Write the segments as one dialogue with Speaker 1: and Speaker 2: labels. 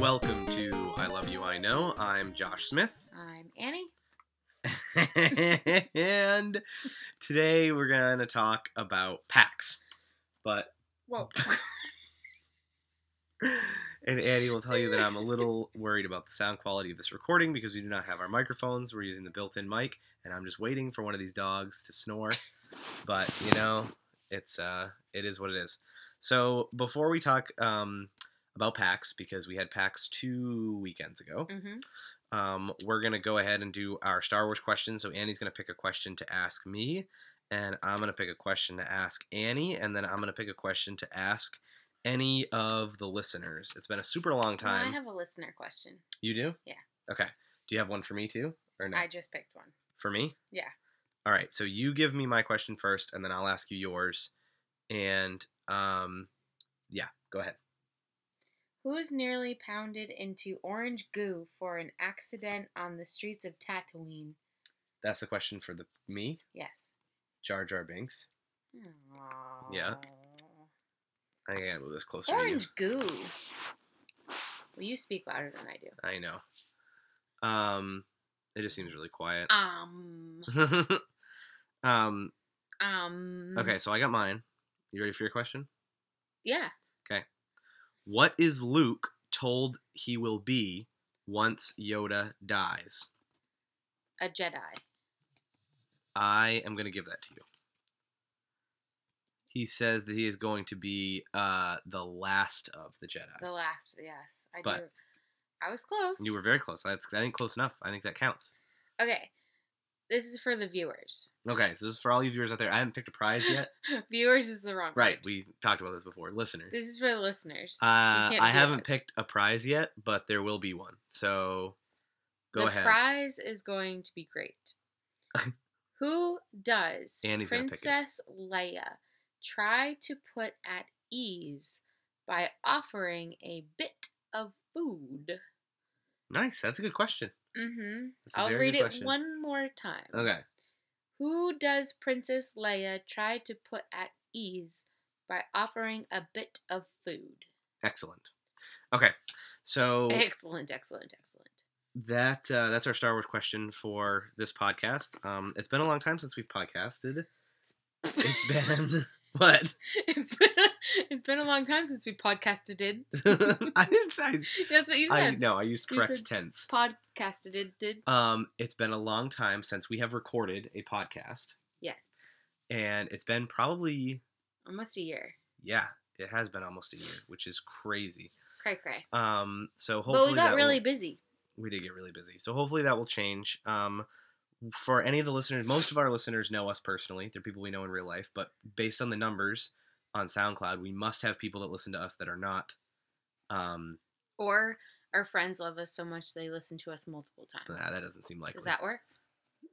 Speaker 1: Welcome to I Love You, I Know. I'm Josh Smith.
Speaker 2: I'm Annie.
Speaker 1: and today we're going to talk about PAX. But,
Speaker 2: Whoa.
Speaker 1: and Annie will tell you that I'm a little worried about the sound quality of this recording because we do not have our microphones. We're using the built in mic, and I'm just waiting for one of these dogs to snore. But, you know, it's, uh, it is what it is. So, before we talk, um, about PAX, because we had PAX two weekends ago.
Speaker 2: hmm
Speaker 1: um, we're gonna go ahead and do our Star Wars questions. So Annie's gonna pick a question to ask me, and I'm gonna pick a question to ask Annie, and then I'm gonna pick a question to ask any of the listeners. It's been a super long
Speaker 2: I
Speaker 1: time.
Speaker 2: have a listener question.
Speaker 1: you do?
Speaker 2: Yeah.
Speaker 1: Okay. Do you have one for me too, or no?
Speaker 2: I just picked one.
Speaker 1: for me?
Speaker 2: Yeah.
Speaker 1: All right. So you give me my question first, and then I'll ask you yours. And um, yeah, go ahead.
Speaker 2: Who is nearly pounded into orange goo for an accident on the streets of Tatooine?
Speaker 1: That's the question for the me,
Speaker 2: Yes.
Speaker 1: Jar Jar Binks. Yeah. I gotta move this closer. to you.
Speaker 2: Orange goo. Well, you speak louder than I do.
Speaker 1: I know. Um, it just seems really quiet.
Speaker 2: Um.
Speaker 1: um,
Speaker 2: Um.
Speaker 1: okay, so I got mine. You ready for your question?
Speaker 2: Yeah.
Speaker 1: What is Luke told he will be once Yoda dies?
Speaker 2: A Jedi.
Speaker 1: I am going to give that to you. He says that he is going to be uh, the last of the Jedi.
Speaker 2: The last. Yes. I
Speaker 1: But-
Speaker 2: do. I was close.
Speaker 1: You were very close. That's I think close enough. I think that counts.
Speaker 2: Okay. This is for the viewers.
Speaker 1: Okay, so this is for all you viewers out there. I haven't picked a prize yet.
Speaker 2: viewers is the wrong.
Speaker 1: right, we talked about this before. Listeners.
Speaker 2: This is for the listeners.
Speaker 1: Uh,
Speaker 2: can't
Speaker 1: I
Speaker 2: do
Speaker 1: haven't
Speaker 2: this.
Speaker 1: picked a prize yet, but there will be one. So go
Speaker 2: the
Speaker 1: ahead.
Speaker 2: prize is going to be great. Who does
Speaker 1: Annie's gonna pick it.
Speaker 2: Princess Leia try to put at ease by offering a bit of food?
Speaker 1: nice. That's a good question.
Speaker 2: Mm-hmm.
Speaker 1: That's a
Speaker 2: I'll
Speaker 1: very
Speaker 2: read
Speaker 1: good
Speaker 2: it
Speaker 1: question.
Speaker 2: one more time.
Speaker 1: Okay.
Speaker 2: Who does Princess Leia try to put at ease by offering a bit of food?
Speaker 1: Excellent. Okay. So
Speaker 2: Excellent, excellent, excellent.
Speaker 1: that uh, that's our Star Wars question for this podcast. Um, it's been a long time since we've podcasted. It's been what?
Speaker 2: it's been it's been a long time since we podcasted it.
Speaker 1: I didn't say.
Speaker 2: That's what you
Speaker 1: I
Speaker 2: said.
Speaker 1: no. I used
Speaker 2: You
Speaker 1: correct
Speaker 2: said-
Speaker 1: tense.
Speaker 2: Podcasted it did.
Speaker 1: Um, it's been a long time since we have recorded a podcast,
Speaker 2: Yes.
Speaker 1: and it's been probably
Speaker 2: Almost a year.
Speaker 1: yeah, it has been almost a year, which is crazy.
Speaker 2: Cray cray.
Speaker 1: Um, so hopefully
Speaker 2: But we
Speaker 1: that
Speaker 2: got
Speaker 1: will-
Speaker 2: really busy.
Speaker 1: we did get really busy. So hopefully that will change. Um, for any of the listeners, most of our listeners know us personally. They're people we know in real life, but based on the numbers on SoundCloud, we must have people that listen to us that are not. Um,
Speaker 2: Or our friends love us so much they listen to us multiple times.
Speaker 1: nah, that doesn't seem likely.
Speaker 2: Does that work?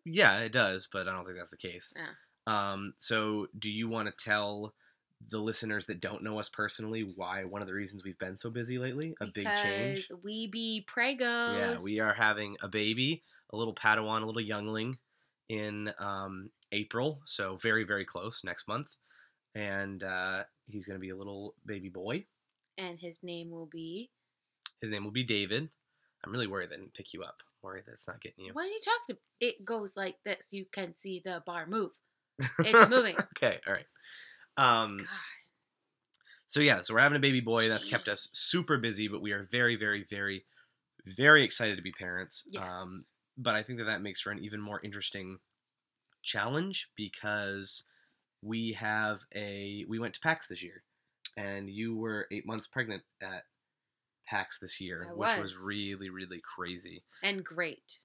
Speaker 1: yeah, it does, but I don't think that's the case.
Speaker 2: Yeah.
Speaker 1: Um, so do you want to tell the listeners that don't know us personally why one of the reasons we've been so busy lately? A big change.
Speaker 2: Because we be pregos.
Speaker 1: Yeah, we are having a baby, a little Padawan, a little youngling in um, April. So very, very close next month. And uh, he's going to be a little baby boy.
Speaker 2: And his name will be.
Speaker 1: His name will be David. I'm really worried that I didn't pick you up. worried that's not getting you.
Speaker 2: What are you talking? about? It goes like this. You can see the bar move. It's moving.
Speaker 1: Okay, all right. Um,
Speaker 2: God.
Speaker 1: so yeah, so we're having a baby boy. That's kept us super busy, but we are very, very, very, very excited to be parents. um,
Speaker 2: Yes.
Speaker 1: but I think that that makes for an even more interesting challenge because we have a we went to PAX this year, and you were eight months pregnant at PAX this year,
Speaker 2: I
Speaker 1: which was
Speaker 2: was.
Speaker 1: really really crazy.
Speaker 2: and great.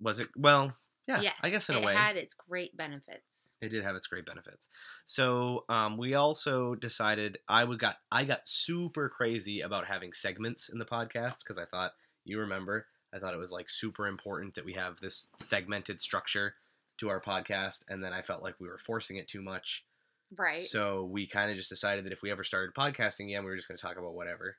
Speaker 1: Was it? Well, yeah,
Speaker 2: yes,
Speaker 1: I guess in
Speaker 2: it
Speaker 1: a way
Speaker 2: had its great benefits.
Speaker 1: it did have its great benefits. So um, we also decided I would got I got super crazy about having segments in the podcast because I thought you remember I thought it was like super important that we have this segmented structure to our podcast, and then I felt like we were forcing it too much.
Speaker 2: Right.
Speaker 1: So we kind of just decided that if we ever started podcasting again, we were just going to talk about whatever,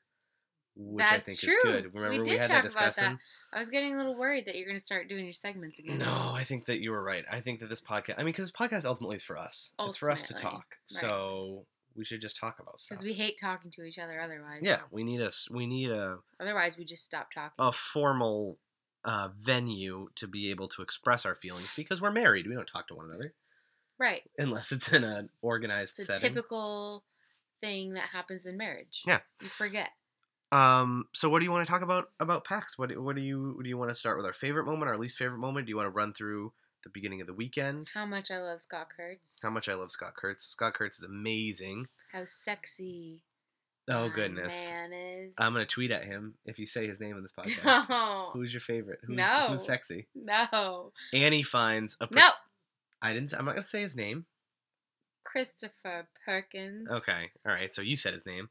Speaker 1: which I think is
Speaker 2: That's true.
Speaker 1: good.
Speaker 2: We
Speaker 1: Remember we,
Speaker 2: did
Speaker 1: had
Speaker 2: talk
Speaker 1: that
Speaker 2: about that.
Speaker 1: discussion.
Speaker 2: I was getting a little worried that you're going to start doing your segments again.
Speaker 1: No, I think that you were right. I think that this podcast, I mean, because this podcast ultimately is for us. It's for us to
Speaker 2: Ultimately,
Speaker 1: talk. So We should just talk about stuff.
Speaker 2: Because we hate talking to each other otherwise.
Speaker 1: yeah, Oh, we need a s- we need a
Speaker 2: Otherwise, we just stop talking.
Speaker 1: a formal uh, venue to be able to express our feelings because we're married. We don't talk to one another
Speaker 2: Right.
Speaker 1: unless it's in an organized
Speaker 2: It's a
Speaker 1: setting.
Speaker 2: typical thing that happens in marriage.
Speaker 1: Yeah.
Speaker 2: You forget.
Speaker 1: um. So, what do you want to talk about about PAX? What What do you Do you want to start with our favorite moment, our least favorite moment? Do you want to run through the beginning of the weekend?
Speaker 2: How much I love Scott Kurtz.
Speaker 1: How much I love Scott Kurtz. Scott Kurtz is amazing.
Speaker 2: How sexy.
Speaker 1: Oh
Speaker 2: my
Speaker 1: goodness.
Speaker 2: Man is.
Speaker 1: I'm gonna tweet at him if you say his name in this podcast.
Speaker 2: No.
Speaker 1: Who's your favorite? Who's,
Speaker 2: No.
Speaker 1: Who's sexy?
Speaker 2: No.
Speaker 1: Annie finds a. per-
Speaker 2: No.
Speaker 1: I didn't. I'm not gonna say his name.
Speaker 2: Christopher Perkins.
Speaker 1: Okay. All right. So you said his name.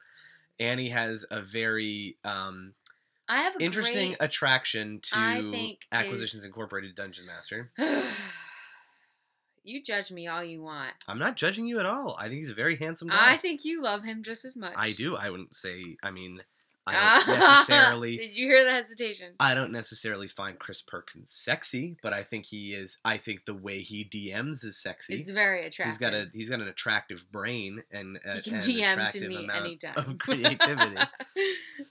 Speaker 1: Annie has a very um,
Speaker 2: I have a
Speaker 1: interesting
Speaker 2: great-
Speaker 1: attraction
Speaker 2: I
Speaker 1: to
Speaker 2: think
Speaker 1: Acquisitions Incorporated Dungeon Master.
Speaker 2: you judge me all you want.
Speaker 1: I'm not judging you at all. I think he's a very handsome
Speaker 2: I
Speaker 1: guy.
Speaker 2: think you love him just as much.
Speaker 1: I, do. I wouldn't say. I mean, I don't necessarily.
Speaker 2: Did you hear the hesitation?
Speaker 1: I don't necessarily find Chris Perkins sexy, but I think he is. I think the way he DMs is sexy.
Speaker 2: It's very attractive.
Speaker 1: He's got a he's got an attractive brain and a,
Speaker 2: You can
Speaker 1: an
Speaker 2: DM to
Speaker 1: attractive
Speaker 2: me
Speaker 1: amount
Speaker 2: anytime. Oh,
Speaker 1: of creativity.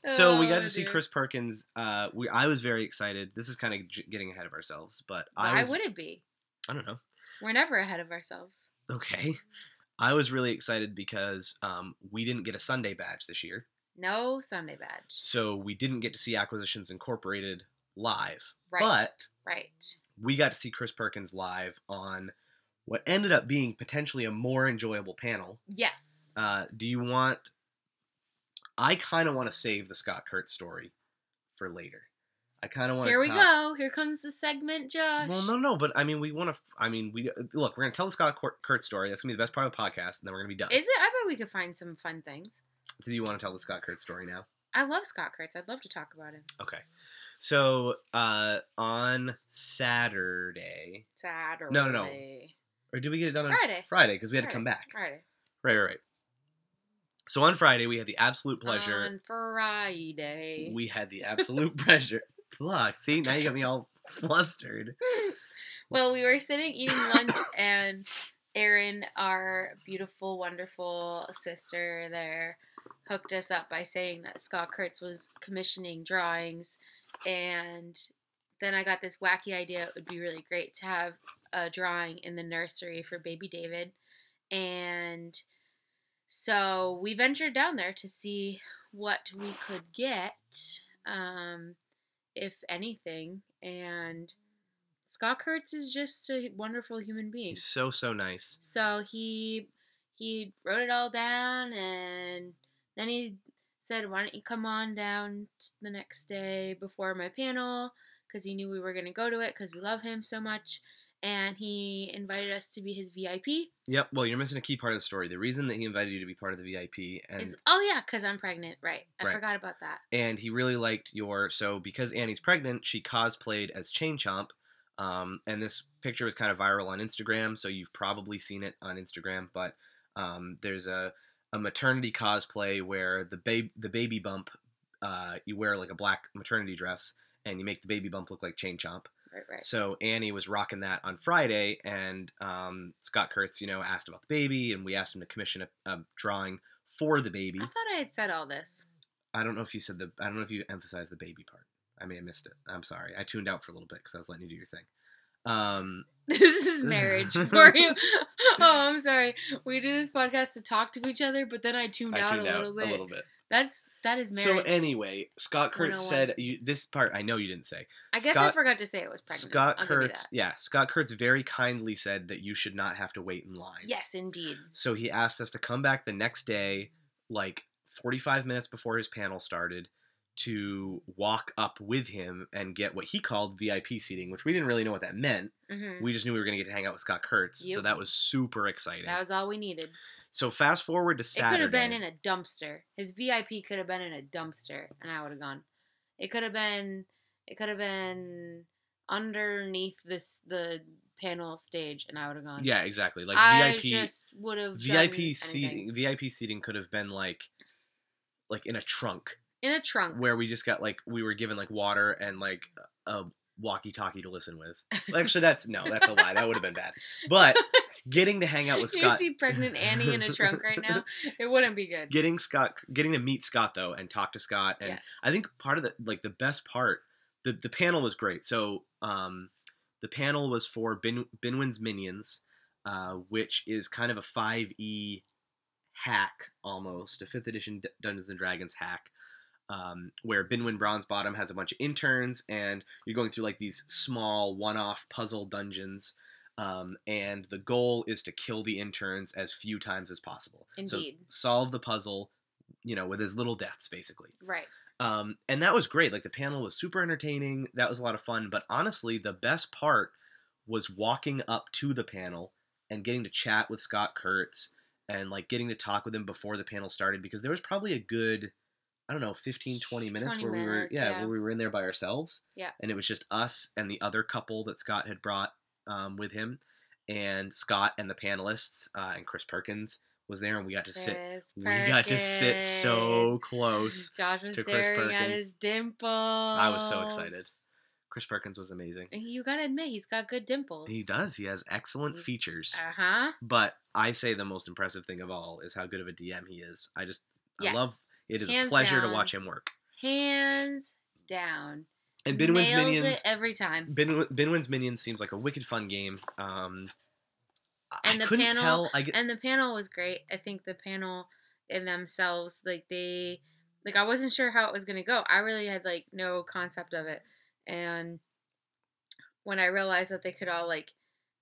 Speaker 1: so we got to see
Speaker 2: dude.
Speaker 1: Chris Perkins. Uh, we I was very excited. This is kind of j- getting ahead of ourselves, but I
Speaker 2: Why
Speaker 1: was,
Speaker 2: would it be?
Speaker 1: I don't know.
Speaker 2: We're never ahead of ourselves.
Speaker 1: Okay, I was really excited because um, we didn't get a Sunday badge this year,
Speaker 2: No Sunday badge.
Speaker 1: so we didn't get to see Acquisitions Incorporated live.
Speaker 2: Right.
Speaker 1: But
Speaker 2: Right.
Speaker 1: we got to see Chris Perkins live on what ended up being potentially a more enjoyable panel.
Speaker 2: Yes.
Speaker 1: Uh, do you want? I kind of want to save the Scott Kurtz story for later. I kind of want.
Speaker 2: Here
Speaker 1: to
Speaker 2: we go. Here comes the segment, Josh.
Speaker 1: Well, no, no, but I mean, we want to. I mean, we look. We're gonna tell the Scott Cor- Kurtz story. That's gonna be the best part of the podcast, and then we're gonna be done.
Speaker 2: Is it? I bet we could find some fun things.
Speaker 1: so, do you want to tell the Scott Kurtz story now?
Speaker 2: I love Scott Kurtz. I'd love to talk about him.
Speaker 1: Okay. So uh, on Saturday,
Speaker 2: Saturday.
Speaker 1: No, no, no. or did we get it done on
Speaker 2: Friday.
Speaker 1: Friday because we had to come
Speaker 2: Friday.
Speaker 1: back.
Speaker 2: Friday.
Speaker 1: Right, right, right. So on Friday, we had the absolute pleasure.
Speaker 2: On Friday.
Speaker 1: we had the absolute pleasure. Look, see, now you got me all flustered.
Speaker 2: well, we were sitting eating lunch, and Erin, our beautiful, wonderful sister there, hooked us up by saying that Scott Kurtz was commissioning drawings. And then I got this wacky idea it would be really great to have a drawing in the nursery for baby David. And so we ventured down there to see what we could get, um, if anything. And Scott Kurtz is just a wonderful human being.
Speaker 1: He's so so nice.
Speaker 2: So he he wrote it all down and then he said, "Why don't you come on down t- the next day before my panel?" Because he knew we were gonna go to it because we love him so much, and he invited us to be his VIP.
Speaker 1: Yep. Well, you're missing a key part of the story. The reason that he invited you to be part of the VIP and
Speaker 2: Is oh yeah, because I'm pregnant, right? I
Speaker 1: Right.
Speaker 2: forgot about that.
Speaker 1: and he really liked your so because Annie's pregnant, she cosplayed as Chain Chomp. Um, and this picture was kind of viral on Instagram, so you've probably seen it on Instagram. But um, there's a, a maternity cosplay where the babe the baby bump, uh, you wear like a black maternity dress, and you make the baby bump look like Chain Chomp.
Speaker 2: Right, right.
Speaker 1: So Annie was rocking that on Friday, and um, Scott Kurtz, you know, asked about the baby, and we asked him to commission a, a drawing for the baby.
Speaker 2: I thought I had said all this.
Speaker 1: I don't know if you said the. I don't know if you emphasized the baby part. I may have missed it. I'm sorry. I tuned out for a little bit because I was letting you do your thing. Um,
Speaker 2: This is marriage for you. oh, I'm sorry. We do this podcast to talk to each other, but then I tuned
Speaker 1: I
Speaker 2: out
Speaker 1: tuned
Speaker 2: a
Speaker 1: out
Speaker 2: little bit.
Speaker 1: a little bit.
Speaker 2: That's that is
Speaker 1: So
Speaker 2: marriage.
Speaker 1: anyway, Scott Kurtz
Speaker 2: 101.
Speaker 1: said you, this part. I know you didn't say.
Speaker 2: I guess I
Speaker 1: Scott-
Speaker 2: forgot to say it was pregnant.
Speaker 1: Scott
Speaker 2: I'll give you
Speaker 1: Kurtz,
Speaker 2: that.
Speaker 1: yeah, Scott Kurtz very kindly said that you should not have to wait in line.
Speaker 2: Yes, indeed.
Speaker 1: So he asked us to come back the next day, like 45 minutes before his panel started, to walk up with him and get what he called VIP seating, which we didn't really know what that meant.
Speaker 2: hmm
Speaker 1: We just knew we were going to get to hang out with Scott Kurtz. So
Speaker 2: Yep.
Speaker 1: that was super exciting.
Speaker 2: That was all we needed.
Speaker 1: so fast forward to
Speaker 2: It could
Speaker 1: Saturday.
Speaker 2: have been in a dumpster. His VIP could have been in a dumpster, and I would have gone. It could have been. It could have been underneath this the panel stage, and I would have gone.
Speaker 1: yeah, exactly. Like
Speaker 2: I
Speaker 1: VIP
Speaker 2: just would have
Speaker 1: VIP
Speaker 2: seating
Speaker 1: seating VIP seating could have been like like in a trunk
Speaker 2: in a trunk.
Speaker 1: where we just got like we were given like water and like a walkie-talkie to listen with. Actually, that's no, that's a lie. That would have been bad. But getting to hang out with
Speaker 2: you
Speaker 1: Scott,
Speaker 2: see pregnant Annie in a trunk right now, it wouldn't be good.
Speaker 1: getting Scott, getting to meet Scott though, and talk to Scott, and
Speaker 2: Yes.
Speaker 1: I think part of the like the best part, the the panel was great. So um, the panel was for Bin, Binwin's Minions, uh, which is kind of a five E hack almost, a fifth edition D- Dungeons and Dragons hack. Um, where Binwin Bronzebottom has a bunch of interns, and you're going through like these small one-off puzzle dungeons, um, and the goal is to kill the interns as few times as possible. So
Speaker 2: Indeed.
Speaker 1: solve the puzzle, you know, with as little deaths basically.
Speaker 2: Right.
Speaker 1: Um, and that was great. Like the panel was super entertaining. That was a lot of fun. But honestly, the best part was walking up to the panel and getting to chat with Scott Kurtz and like getting to talk with him before the panel started because there was probably a good, I don't know, 15, 20 minutes
Speaker 2: 20
Speaker 1: where we were,
Speaker 2: minutes,
Speaker 1: yeah,
Speaker 2: yeah.
Speaker 1: where we were in there by ourselves.
Speaker 2: Yeah.
Speaker 1: And it was just us and the other couple that Scott had brought um, with him and Scott and the panelists uh, and Chris Perkins was there and we got to sit.
Speaker 2: Chris
Speaker 1: We got to sit
Speaker 2: Perkins.
Speaker 1: so close.
Speaker 2: Josh was
Speaker 1: to Chris
Speaker 2: staring at
Speaker 1: Perkins.
Speaker 2: his dimples. I
Speaker 1: was so excited. Chris Perkins was amazing.
Speaker 2: You gotta admit, he's got good dimples.
Speaker 1: He does. He has excellent
Speaker 2: He's-
Speaker 1: features.
Speaker 2: Uh huh.
Speaker 1: But I say the most impressive thing of all is how good of a DM he is. I just
Speaker 2: Yes.
Speaker 1: I love it is
Speaker 2: Hands
Speaker 1: a pleasure
Speaker 2: down.
Speaker 1: to watch him work.
Speaker 2: Hands down.
Speaker 1: And Binwin's
Speaker 2: Nails
Speaker 1: Minions
Speaker 2: it every time.
Speaker 1: Bin, Binwin's Minions seems like a wicked fun game. Um I-
Speaker 2: And
Speaker 1: I
Speaker 2: the
Speaker 1: couldn't
Speaker 2: panel-
Speaker 1: tell I get,
Speaker 2: And the panel was great. I think the panel in themselves, like they, like I wasn't sure how it was gonna go. I really had like no concept of it, and when I realized that they could all like,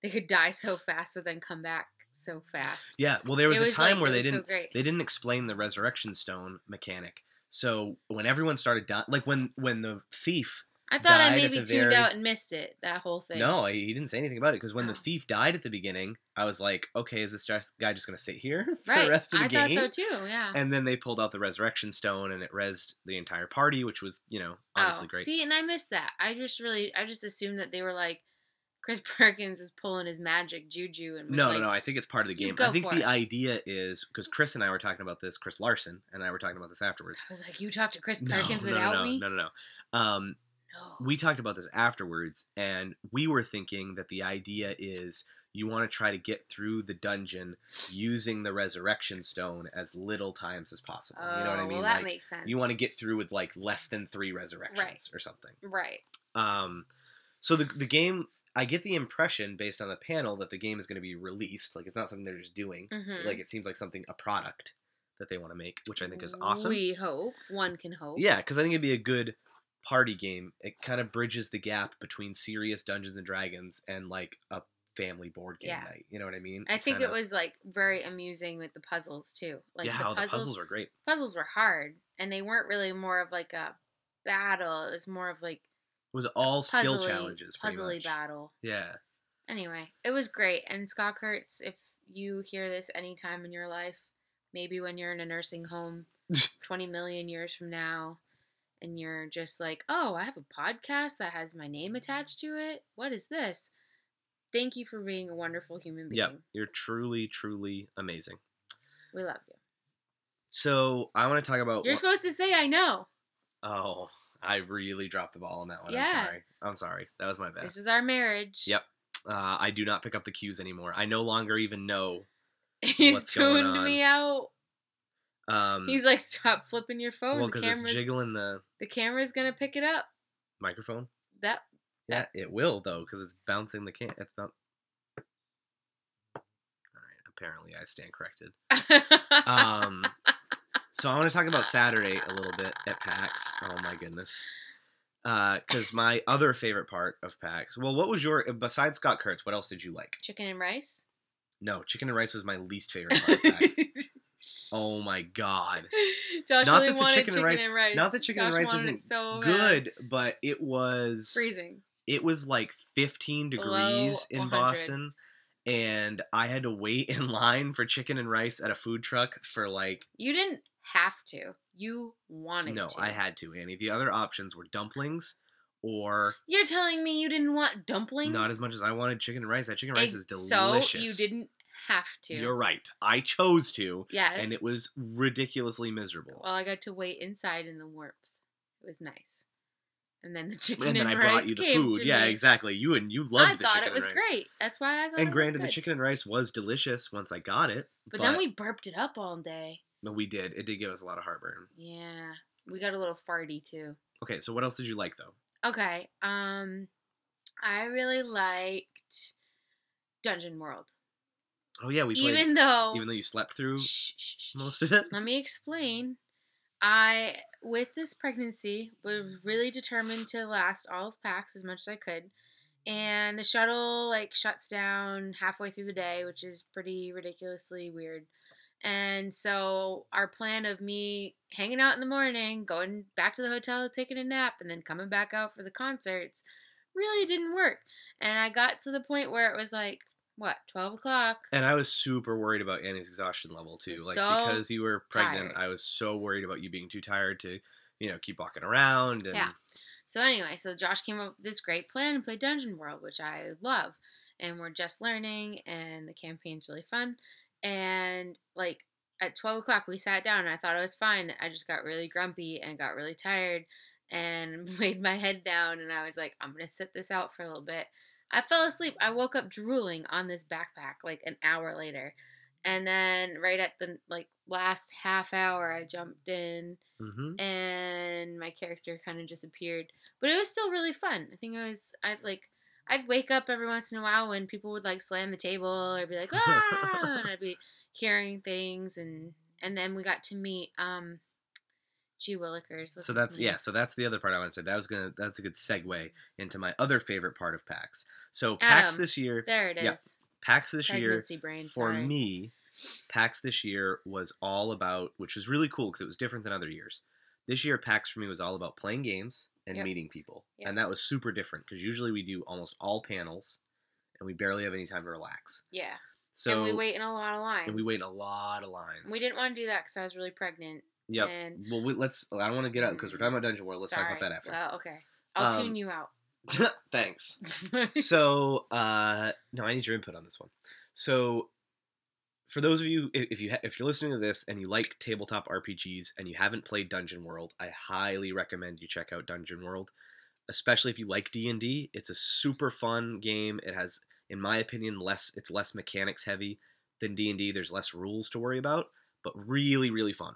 Speaker 2: they could die so fast but then come back so fast.
Speaker 1: Yeah, well there was,
Speaker 2: it was
Speaker 1: a time
Speaker 2: like,
Speaker 1: where
Speaker 2: it
Speaker 1: they
Speaker 2: was
Speaker 1: didn't
Speaker 2: So great.
Speaker 1: they didn't explain the resurrection stone mechanic. So when everyone started dying, like when when the thief
Speaker 2: I thought I
Speaker 1: died at
Speaker 2: maybe
Speaker 1: the
Speaker 2: tuned
Speaker 1: very-
Speaker 2: out and missed it. That whole thing.
Speaker 1: No, he he didn't say anything about it because when the
Speaker 2: Oh.
Speaker 1: thief died at the beginning, I was like, okay, is this just- guy just going to sit here for
Speaker 2: right.
Speaker 1: the rest of the
Speaker 2: I
Speaker 1: game?
Speaker 2: thought so too. Yeah.
Speaker 1: And then they pulled out the resurrection stone and it rezzed the entire party, which was, you know, honestly great.
Speaker 2: Oh, See, and I missed that. I just really, I just assumed that they were like, Chris Perkins was pulling his magic juju and was
Speaker 1: no,
Speaker 2: like,
Speaker 1: no, no. I think it's part of the
Speaker 2: "You
Speaker 1: game.
Speaker 2: go
Speaker 1: I think
Speaker 2: for
Speaker 1: the
Speaker 2: it."
Speaker 1: idea is because Chris and I were talking about this, Chris Larson and I were talking about this afterwards.
Speaker 2: I was like, you talked to Chris
Speaker 1: No,
Speaker 2: Perkins
Speaker 1: no,
Speaker 2: without
Speaker 1: no,
Speaker 2: me?
Speaker 1: no, no, no. Um,
Speaker 2: No.
Speaker 1: we talked about this afterwards and we were thinking that the idea is you want to try to get through the dungeon using the resurrection stone as little times as possible.
Speaker 2: oh,
Speaker 1: you know what I mean?
Speaker 2: well, that
Speaker 1: like,
Speaker 2: makes sense.
Speaker 1: you want to get through with like less than three resurrections or something.
Speaker 2: to. Right.
Speaker 1: Um, so the the game, I get the impression based on the panel that the game is going to be released. Like it's not something they're just doing.
Speaker 2: Mhm.
Speaker 1: Like it seems like something a product that they want to make, which I think is awesome.
Speaker 2: We hope. One can hope.
Speaker 1: Yeah, because I think it'd be a good party game. It kind of bridges the gap between serious Dungeons and Dragons and like a family board game
Speaker 2: Yeah.
Speaker 1: night. You know what I mean?
Speaker 2: I think
Speaker 1: Kinda-
Speaker 2: it was like very amusing with the puzzles too. Like
Speaker 1: yeah,
Speaker 2: the,
Speaker 1: oh,
Speaker 2: puzzles,
Speaker 1: the puzzles were great.
Speaker 2: puzzles were hard and they weren't really more of like a battle. It was more of like
Speaker 1: It was all skill
Speaker 2: puzzly-
Speaker 1: challenges, pretty
Speaker 2: puzzly
Speaker 1: much.
Speaker 2: battle.
Speaker 1: Yeah,
Speaker 2: Anyway, it was great. And Scott Kurtz, if you hear this anytime in your life, maybe when you're in a nursing home 20 million years from now, and you're just like, oh, I have a podcast that has my name attached to it. What is this? Thank you for being a wonderful human being.
Speaker 1: yeah, you're truly, truly amazing.
Speaker 2: We love you.
Speaker 1: So I want to talk about.
Speaker 2: You're
Speaker 1: one-
Speaker 2: supposed to say, I know.
Speaker 1: oh, I really dropped the ball on that one.
Speaker 2: Yeah.
Speaker 1: I'm sorry. I'm sorry. That was my bad.
Speaker 2: This is our marriage.
Speaker 1: Yep. Uh, I do not pick up the cues anymore. I no longer even know.
Speaker 2: He's
Speaker 1: What's going
Speaker 2: tuned me out.
Speaker 1: Um,
Speaker 2: He's like, stop flipping your phone.
Speaker 1: well
Speaker 2: the,
Speaker 1: because it's
Speaker 2: camera's,
Speaker 1: jiggling the
Speaker 2: the camera's going to pick it up.
Speaker 1: microphone.
Speaker 2: That
Speaker 1: Yeah, it will though because it's bouncing the can. It's boun- All right. Apparently, I stand corrected. Um, so I want to talk about Saturday a little bit at PAX. Oh my goodness. Because my other favorite part of PAX. Well, what was your besides Scott Kurtz? What else did you like?
Speaker 2: chicken and rice.
Speaker 1: No, chicken and rice was my least favorite part of PAX. oh my god.
Speaker 2: Josh
Speaker 1: Not
Speaker 2: really
Speaker 1: that the
Speaker 2: wanted
Speaker 1: chicken and
Speaker 2: chicken
Speaker 1: rice-
Speaker 2: and rice.
Speaker 1: not that chicken and
Speaker 2: Josh
Speaker 1: rice
Speaker 2: wanted it
Speaker 1: isn't
Speaker 2: so bad.
Speaker 1: Good, but it was
Speaker 2: Freezing.
Speaker 1: it was like 15
Speaker 2: Below
Speaker 1: degrees in
Speaker 2: 100.
Speaker 1: Boston and I had to wait in line for chicken and rice at a food truck for like
Speaker 2: You didn't have to. You wanted
Speaker 1: no,
Speaker 2: to.
Speaker 1: I had to, Annie. The other options were dumplings or
Speaker 2: You're telling me you didn't want dumplings?
Speaker 1: not as much as I wanted chicken and rice. That chicken and rice is
Speaker 2: Ex-
Speaker 1: delicious.
Speaker 2: So you didn't have to.
Speaker 1: You're right. I chose to
Speaker 2: Yes.
Speaker 1: and it was ridiculously miserable.
Speaker 2: Well, I got to wait inside in the warmth. It was nice. and then the chicken
Speaker 1: And
Speaker 2: and,
Speaker 1: then I
Speaker 2: rice
Speaker 1: brought you the
Speaker 2: came
Speaker 1: food.
Speaker 2: to
Speaker 1: Yeah,
Speaker 2: me.
Speaker 1: exactly. You and you loved
Speaker 2: I
Speaker 1: the
Speaker 2: thought
Speaker 1: chicken
Speaker 2: it was
Speaker 1: and rice.
Speaker 2: great. That's why I thought
Speaker 1: And
Speaker 2: it
Speaker 1: granted, the
Speaker 2: was good.
Speaker 1: chicken and rice was delicious once I got it.
Speaker 2: But, then we burped it up all day.
Speaker 1: but we did. It did give us a lot of heartburn.
Speaker 2: Yeah, we got a little farty too.
Speaker 1: Okay, so what else did you like though?
Speaker 2: Okay. Um, I really liked Dungeon World,
Speaker 1: Oh yeah, we played.
Speaker 2: even though.
Speaker 1: even though you slept through
Speaker 2: Shh, shh, shh,
Speaker 1: most
Speaker 2: shh.
Speaker 1: of it.
Speaker 2: Let me explain. I, with this pregnancy, was really determined to last all of PAX as much as I could. And the shuttle, like, shuts down halfway through the day, which is pretty ridiculously weird. And so, our plan of me hanging out in the morning, going back to the hotel, taking a nap, and then coming back out for the concerts really didn't work. And I got to the point where it was like, what, 12 o'clock?
Speaker 1: And I was super worried about Annie's exhaustion level too. Like
Speaker 2: So
Speaker 1: because you were pregnant,
Speaker 2: tired.
Speaker 1: I was so worried about you being too tired to, you know, keep walking around and
Speaker 2: Yeah. So anyway, so Josh came up with this great plan to play Dungeon World, which I love, and we're just learning, and the campaign's really fun. And like at twelve o'clock, we sat down, and I thought I was fine. I just got really grumpy and got really tired, and laid my head down, and I was like, I'm gonna sit this out for a little bit. I fell asleep. I woke up drooling on this backpack like an hour later, and then right at the like last half hour, I jumped in
Speaker 1: hmm
Speaker 2: and my character kind of disappeared. But it was still really fun. I think I was I like I'd wake up every once in a while when people would like slam the table or be like ah, and I'd be hearing things and and then we got to meet um G Willikers. was
Speaker 1: So
Speaker 2: his
Speaker 1: that's
Speaker 2: name.
Speaker 1: yeah. So that's the other part I wanted to say. That was gonna. That's a good segue into my other favorite part of PAX. So PAX
Speaker 2: Adam,
Speaker 1: this year.
Speaker 2: There it is.
Speaker 1: Yeah, PAX this year
Speaker 2: Pregnancy brain.
Speaker 1: for
Speaker 2: sorry.
Speaker 1: me, PAX this year was all about, which was really cool because it was different than other years. This year, PAX for me was all about playing games and
Speaker 2: Yep.
Speaker 1: meeting people.
Speaker 2: Yep.
Speaker 1: And that was super different because usually we do almost all panels and we barely have any time to relax.
Speaker 2: Yeah.
Speaker 1: So,
Speaker 2: and we wait in a lot of lines.
Speaker 1: and we wait in a lot of lines.
Speaker 2: We didn't want to do that because I was really pregnant.
Speaker 1: Yep.
Speaker 2: And
Speaker 1: Well, we, let's, I don't want to get out because we're talking about Dungeon World. Let's
Speaker 2: sorry.
Speaker 1: talk about that after.
Speaker 2: Well, okay. I'll
Speaker 1: Um,
Speaker 2: tune you out.
Speaker 1: Thanks. so uh no i need your input on this one so for those of you i- if you ha- if you're listening to this and you like tabletop rpgs and you haven't played dungeon world i highly recommend you check out dungeon world especially if you like d&d it's a super fun game it has in my opinion less it's less mechanics heavy than d&d there's less rules to worry about but really really fun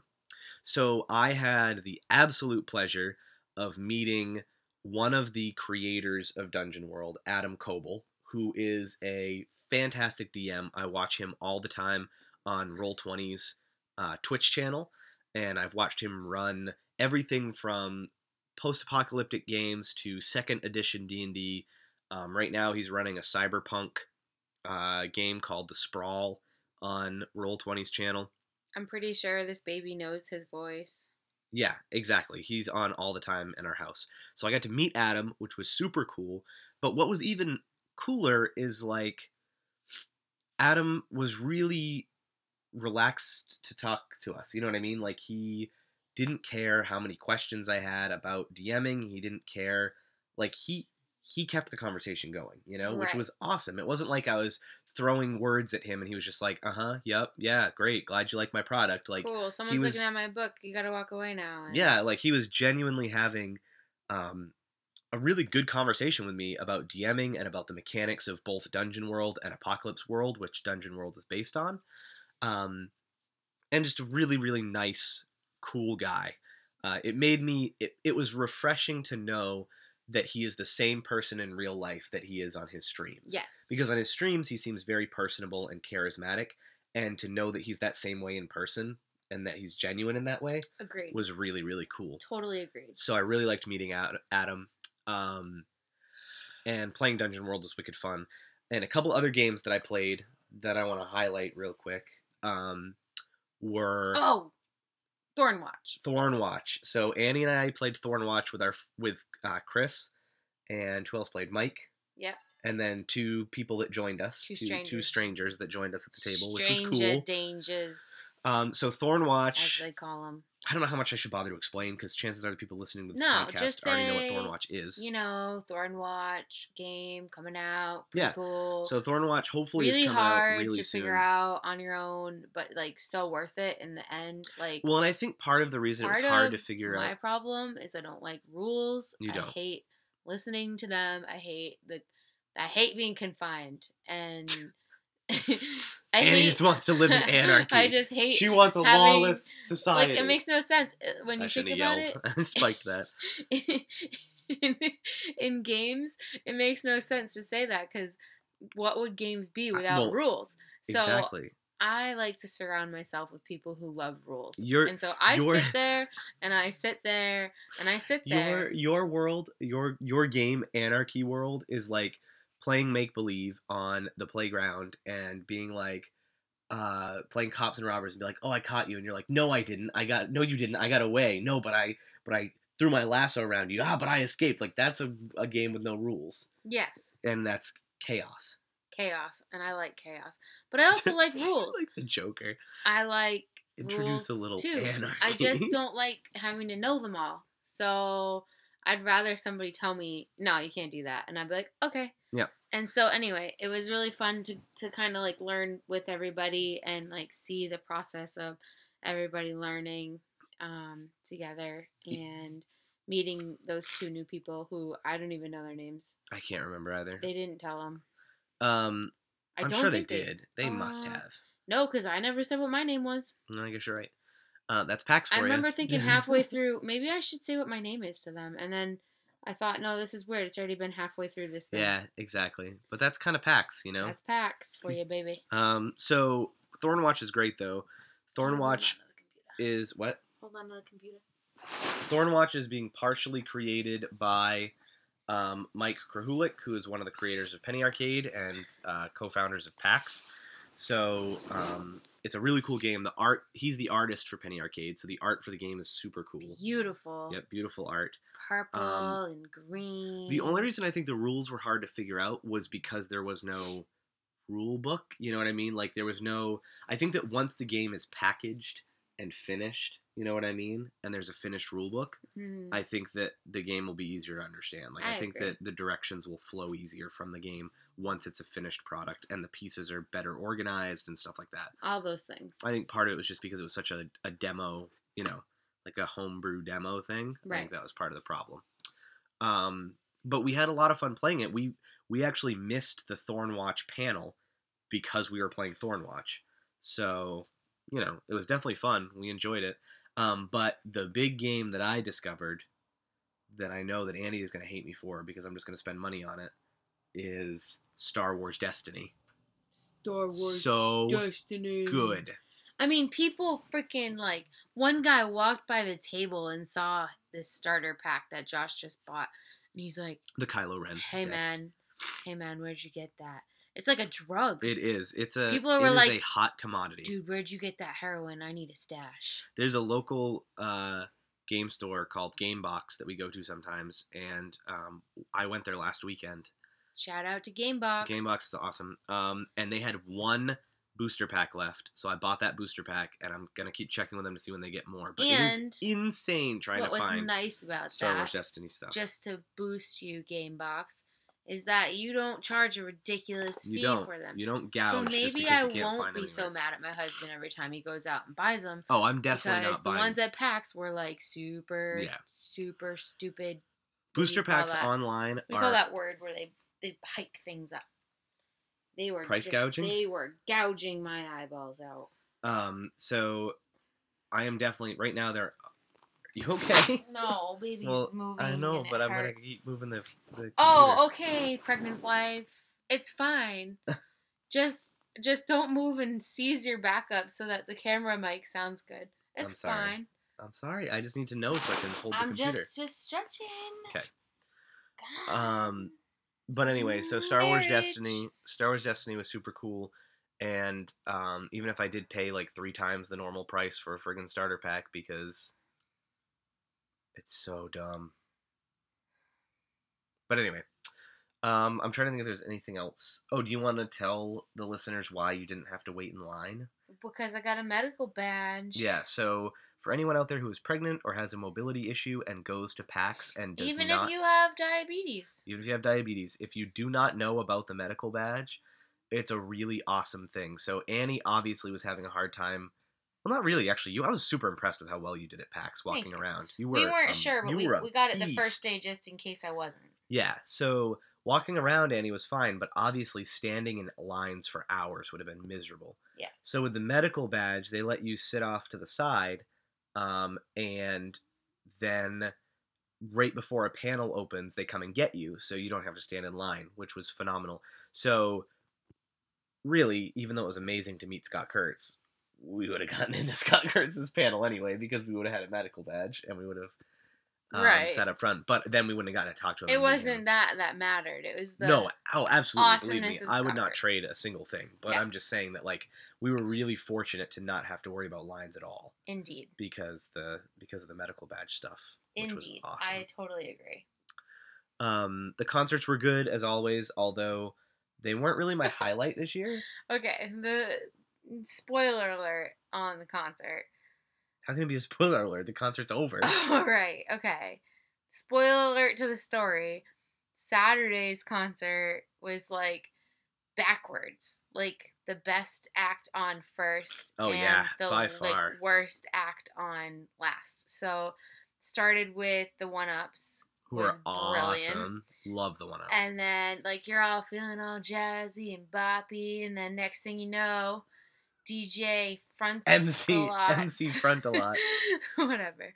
Speaker 1: so i had the absolute pleasure of meeting one of the creators of Dungeon World, Adam Coble, who is a fantastic DM. I watch him all the time on Roll20's uh, Twitch channel, and I've watched him run everything from post-apocalyptic games to second edition D&D. Um, right now, he's running a cyberpunk uh, game called The Sprawl on Roll20's channel.
Speaker 2: I'm pretty sure this baby knows his voice.
Speaker 1: Yeah, exactly. He's on all the time in our house. So I got to meet Adam, which was super cool. But what was even cooler is like Adam was really relaxed to talk to us. You know what I mean? Like he didn't care how many questions I had about DMing. He didn't care. Like he he kept the conversation going, you know, which
Speaker 2: Right.
Speaker 1: was awesome. It wasn't like I was throwing words at him and he was just like, "Uh-huh, yep, yeah, great. Glad you like my product." Like
Speaker 2: cool. Someone's
Speaker 1: was-
Speaker 2: looking at my book. You gotta walk away now. And-
Speaker 1: yeah like he was genuinely having um, a really good conversation with me about dming and about the mechanics of both dungeon world and apocalypse world which dungeon world is based on um, and just a really really nice cool guy uh, it made me it, it was refreshing to know that he is the same person in real life that he is on his streams
Speaker 2: Yes.
Speaker 1: because on his streams he seems very personable and charismatic and to know that he's that same way in person and that he's genuine in that way
Speaker 2: agreed.
Speaker 1: was really really cool.
Speaker 2: totally agreed.
Speaker 1: So I really liked meeting Ad- Adam, um, and playing Dungeon World was wicked fun. And a couple other games that I played that I want to highlight real quick um, were
Speaker 2: Oh, Thornwatch.
Speaker 1: Thornwatch. So Annie and I played Thornwatch with our f- with uh, Chris, and who else played Mike?
Speaker 2: Yeah.
Speaker 1: And then two people that joined us,
Speaker 2: Two
Speaker 1: two, two
Speaker 2: strangers.
Speaker 1: strangers that joined us at the table, which was
Speaker 2: Stranger
Speaker 1: cool.
Speaker 2: dangers,
Speaker 1: Um, so
Speaker 2: as
Speaker 1: Thornwatch,
Speaker 2: they call them.
Speaker 1: I don't know how much I should bother to explain because chances are the people listening to this
Speaker 2: No,
Speaker 1: podcast
Speaker 2: just
Speaker 1: already know what
Speaker 2: say,
Speaker 1: Thornwatch is.
Speaker 2: You know, Thornwatch game coming out. Pretty
Speaker 1: Yeah.
Speaker 2: Cool.
Speaker 1: so Thornwatch hopefully
Speaker 2: really
Speaker 1: is coming
Speaker 2: hard
Speaker 1: out really
Speaker 2: to
Speaker 1: soon.
Speaker 2: figure out on your own, but like so worth it in the end. Like
Speaker 1: Well, and I think part of the reason it was
Speaker 2: part
Speaker 1: hard to
Speaker 2: of
Speaker 1: figure
Speaker 2: my
Speaker 1: out.
Speaker 2: problem is I don't like rules.
Speaker 1: You
Speaker 2: I
Speaker 1: don't.
Speaker 2: hate listening to them. I hate the. I hate being confined, and I
Speaker 1: Annie
Speaker 2: hate-
Speaker 1: just wants to live in anarchy.
Speaker 2: I just hate.
Speaker 1: she wants a
Speaker 2: having-
Speaker 1: lawless
Speaker 2: like
Speaker 1: society.
Speaker 2: it makes no sense uh, when
Speaker 1: I
Speaker 2: you think
Speaker 1: shouldn't
Speaker 2: about
Speaker 1: have
Speaker 2: it.
Speaker 1: yelled. I spiked that.
Speaker 2: in, in games, it makes no sense to say that because what would games be without
Speaker 1: well,
Speaker 2: rules? So
Speaker 1: exactly.
Speaker 2: I like to surround myself with people who love rules.
Speaker 1: Your-
Speaker 2: and so I
Speaker 1: your-
Speaker 2: sit there and I sit there and I sit there.
Speaker 1: Your your world, your your game anarchy world is like playing make believe on the playground and being like uh playing cops and robbers and be like, "Oh, I caught you." And you're like, "No, I didn't. I got No, you didn't. I got away. No, but I but I threw my lasso around you. Ah, but I escaped." Like that's a, a game with no rules
Speaker 2: yes,
Speaker 1: and that's chaos.
Speaker 2: chaos. And I like chaos. But I also like rules.
Speaker 1: like the Joker.
Speaker 2: I like
Speaker 1: Introduce a
Speaker 2: rules,
Speaker 1: little
Speaker 2: too.
Speaker 1: anarchy.
Speaker 2: I just don't like having to know them all. So I'd rather somebody tell me, no, you can't do that. And I'd be like, okay.
Speaker 1: Yeah.
Speaker 2: And so anyway, it was really fun to, to kind of like learn with everybody and like see the process of everybody learning um, together and meeting those two new people who I don't even know their names.
Speaker 1: I can't remember either.
Speaker 2: They didn't tell them.
Speaker 1: um
Speaker 2: I
Speaker 1: I'm
Speaker 2: don't
Speaker 1: sure they
Speaker 2: think
Speaker 1: did. They must
Speaker 2: Uh,
Speaker 1: have.
Speaker 2: No, because I never said what my name was.
Speaker 1: No, I guess you're right. Uh, that's PAX for
Speaker 2: I
Speaker 1: ya.
Speaker 2: remember thinking halfway through, maybe I should say what my name is to them. And then I thought, no, this is weird. It's already been halfway through this thing.
Speaker 1: Yeah, exactly. But that's kind of PAX, you know.
Speaker 2: That's PAX for you, baby.
Speaker 1: Um, so Thornwatch is great though. Thornwatch is what?
Speaker 2: Hold on to the computer.
Speaker 1: Thornwatch is being partially created by um, Mike Krahulik, who is one of the creators of Penny Arcade and uh, co-founders of PAX. So um, it's a really cool game. The art, he's the artist for Penny Arcade, so the art for the game is super cool.
Speaker 2: Beautiful.
Speaker 1: Yep, beautiful art.
Speaker 2: Purple
Speaker 1: Um,
Speaker 2: and green.
Speaker 1: The only reason I think the rules were hard to figure out was because there was no rule book. You know what I mean? Like there was no. I think that once the game is packaged and finished, you know what I mean, and there's a finished rule book,
Speaker 2: Mhm.
Speaker 1: I think that the game will be easier to understand. Like I,
Speaker 2: I
Speaker 1: think
Speaker 2: agree.
Speaker 1: that the directions will flow easier from the game once it's a finished product and the pieces are better organized and stuff like that.
Speaker 2: All those things.
Speaker 1: I think part of it was just because it was such a, a demo, you know, like a homebrew demo thing. I
Speaker 2: Right.
Speaker 1: think that was part of the problem. Um, but we had a lot of fun playing it. We we actually missed the Thornwatch panel because we were playing Thornwatch. So, you know, it was definitely fun. We enjoyed it. Um, but the big game that I discovered that I know that Andy is going to hate me for because I'm just going to spend money on it is Star Wars Destiny.
Speaker 2: Star Wars
Speaker 1: so
Speaker 2: Destiny.
Speaker 1: good.
Speaker 2: I mean, people freaking like one guy walked by the table and saw this starter pack that Josh just bought, and he's like,
Speaker 1: The Kylo Ren.
Speaker 2: "Hey
Speaker 1: deck.
Speaker 2: man, hey man, where'd you get that? It's like a drug,
Speaker 1: It is. It's a.
Speaker 2: People
Speaker 1: People
Speaker 2: were
Speaker 1: a
Speaker 2: like,
Speaker 1: hot commodity.
Speaker 2: dude. Where'd you get that heroin? I need a stash."
Speaker 1: There's a local uh, game store called GameBox that we go to sometimes, and um, I went there last weekend.
Speaker 2: Shout out to GameBox.
Speaker 1: GameBox is awesome, um, and they had one booster pack left, so I bought that booster pack, and I'm gonna keep checking with them to see when they get more. But it
Speaker 2: And
Speaker 1: is insane trying to
Speaker 2: What was
Speaker 1: find
Speaker 2: nice about
Speaker 1: Star
Speaker 2: that,
Speaker 1: Wars Destiny stuff.
Speaker 2: just to boost you, GameBox, is that you don't charge a ridiculous
Speaker 1: you
Speaker 2: fee
Speaker 1: don't.
Speaker 2: for them.
Speaker 1: You don't gouge.
Speaker 2: so
Speaker 1: just
Speaker 2: maybe
Speaker 1: because
Speaker 2: I
Speaker 1: you can't
Speaker 2: won't
Speaker 1: find
Speaker 2: be
Speaker 1: them
Speaker 2: so
Speaker 1: anywhere.
Speaker 2: mad at my husband every time he goes out and buys them.
Speaker 1: Oh, I'm definitely
Speaker 2: because
Speaker 1: not
Speaker 2: the
Speaker 1: buying.
Speaker 2: ones at PAX were like super,
Speaker 1: Yeah.
Speaker 2: super stupid.
Speaker 1: Booster
Speaker 2: we call
Speaker 1: packs
Speaker 2: that-
Speaker 1: online
Speaker 2: We
Speaker 1: are
Speaker 2: call that word where they they hike things up. They were
Speaker 1: Price
Speaker 2: just-
Speaker 1: gouging?
Speaker 2: They were gouging my eyeballs out.
Speaker 1: Um, so I am definitely right now. They're you okay?
Speaker 2: No, baby's
Speaker 1: Well,
Speaker 2: moving.
Speaker 1: I know,
Speaker 2: and it
Speaker 1: but I'm gonna
Speaker 2: hurts.
Speaker 1: keep moving the. the
Speaker 2: Oh, okay, pregnant wife. It's fine. just just don't move and seize your backup so that the camera mic sounds good.
Speaker 1: I'm
Speaker 2: It's
Speaker 1: sorry.
Speaker 2: fine.
Speaker 1: okay. I'm sorry. I just need to know so I can hold
Speaker 2: I'm
Speaker 1: the computer.
Speaker 2: just just stretching.
Speaker 1: 'Kay.
Speaker 2: God.
Speaker 1: Um, but anyway, so Star Wars
Speaker 2: Marriage.
Speaker 1: Destiny, Star Wars Destiny was super cool, and um, even if I did pay like three times the normal price for a friggin' starter pack because it's so dumb. But anyway, um, I'm trying to think if there's anything else. Oh, do you want to tell the listeners why you didn't have to wait in line?
Speaker 2: because I got a medical badge.
Speaker 1: Yeah, so For anyone out there who is pregnant or has a mobility issue and goes to PAX and does
Speaker 2: Even
Speaker 1: not
Speaker 2: if you have diabetes.
Speaker 1: even if you have diabetes, if you do not know about the medical badge, it's a really awesome thing. So Annie obviously was having a hard time. Well, not really. Actually, you. I was super impressed with how well you did at PAX, walking
Speaker 2: you.
Speaker 1: around. You were.
Speaker 2: We weren't
Speaker 1: um,
Speaker 2: sure, but
Speaker 1: you
Speaker 2: we,
Speaker 1: were a
Speaker 2: we got it the
Speaker 1: beast.
Speaker 2: first day just in case I wasn't.
Speaker 1: Yeah. So walking around, Annie was fine, but obviously standing in lines for hours would have been miserable.
Speaker 2: Yes.
Speaker 1: So with the medical badge, they let you sit off to the side, um, and then right before a panel opens, they come and get you, so you don't have to stand in line, which was phenomenal. So really, even though it was amazing to meet Scott Kurtz, we would have gotten into Scott Kurtz's panel anyway because we would have had a medical badge and we would have um,
Speaker 2: Right.
Speaker 1: sat up front. But then we wouldn't have gotten to talk to him.
Speaker 2: it
Speaker 1: and meet him.
Speaker 2: wasn't that that mattered. It was the
Speaker 1: no, oh, absolutely. Believe me,
Speaker 2: awesomeness of
Speaker 1: I would not
Speaker 2: Scotland.
Speaker 1: trade a single thing. But
Speaker 2: Yeah.
Speaker 1: I'm just saying that like we were really fortunate to not have to worry about lines at all
Speaker 2: indeed,
Speaker 1: because the because of the medical badge stuff, which was
Speaker 2: indeed.
Speaker 1: awesome.
Speaker 2: I totally agree.
Speaker 1: Um, the concerts were good as always, although they weren't really my highlight this year.
Speaker 2: Okay, the spoiler alert on the concert.
Speaker 1: How can it be a spoiler alert? The concert's over.
Speaker 2: All right, okay. Spoiler alert to the story. Saturday's concert was like backwards, like the best act on first.
Speaker 1: Oh,
Speaker 2: and
Speaker 1: yeah,
Speaker 2: the
Speaker 1: by
Speaker 2: like,
Speaker 1: far.
Speaker 2: worst act on last. So started with the one ups,
Speaker 1: Who are
Speaker 2: was brilliant.
Speaker 1: awesome. Love the one ups.
Speaker 2: and then like you're all feeling all jazzy and boppy, and then next thing you know, DJ fronts
Speaker 1: MC
Speaker 2: lots.
Speaker 1: MC front a lot.
Speaker 2: whatever.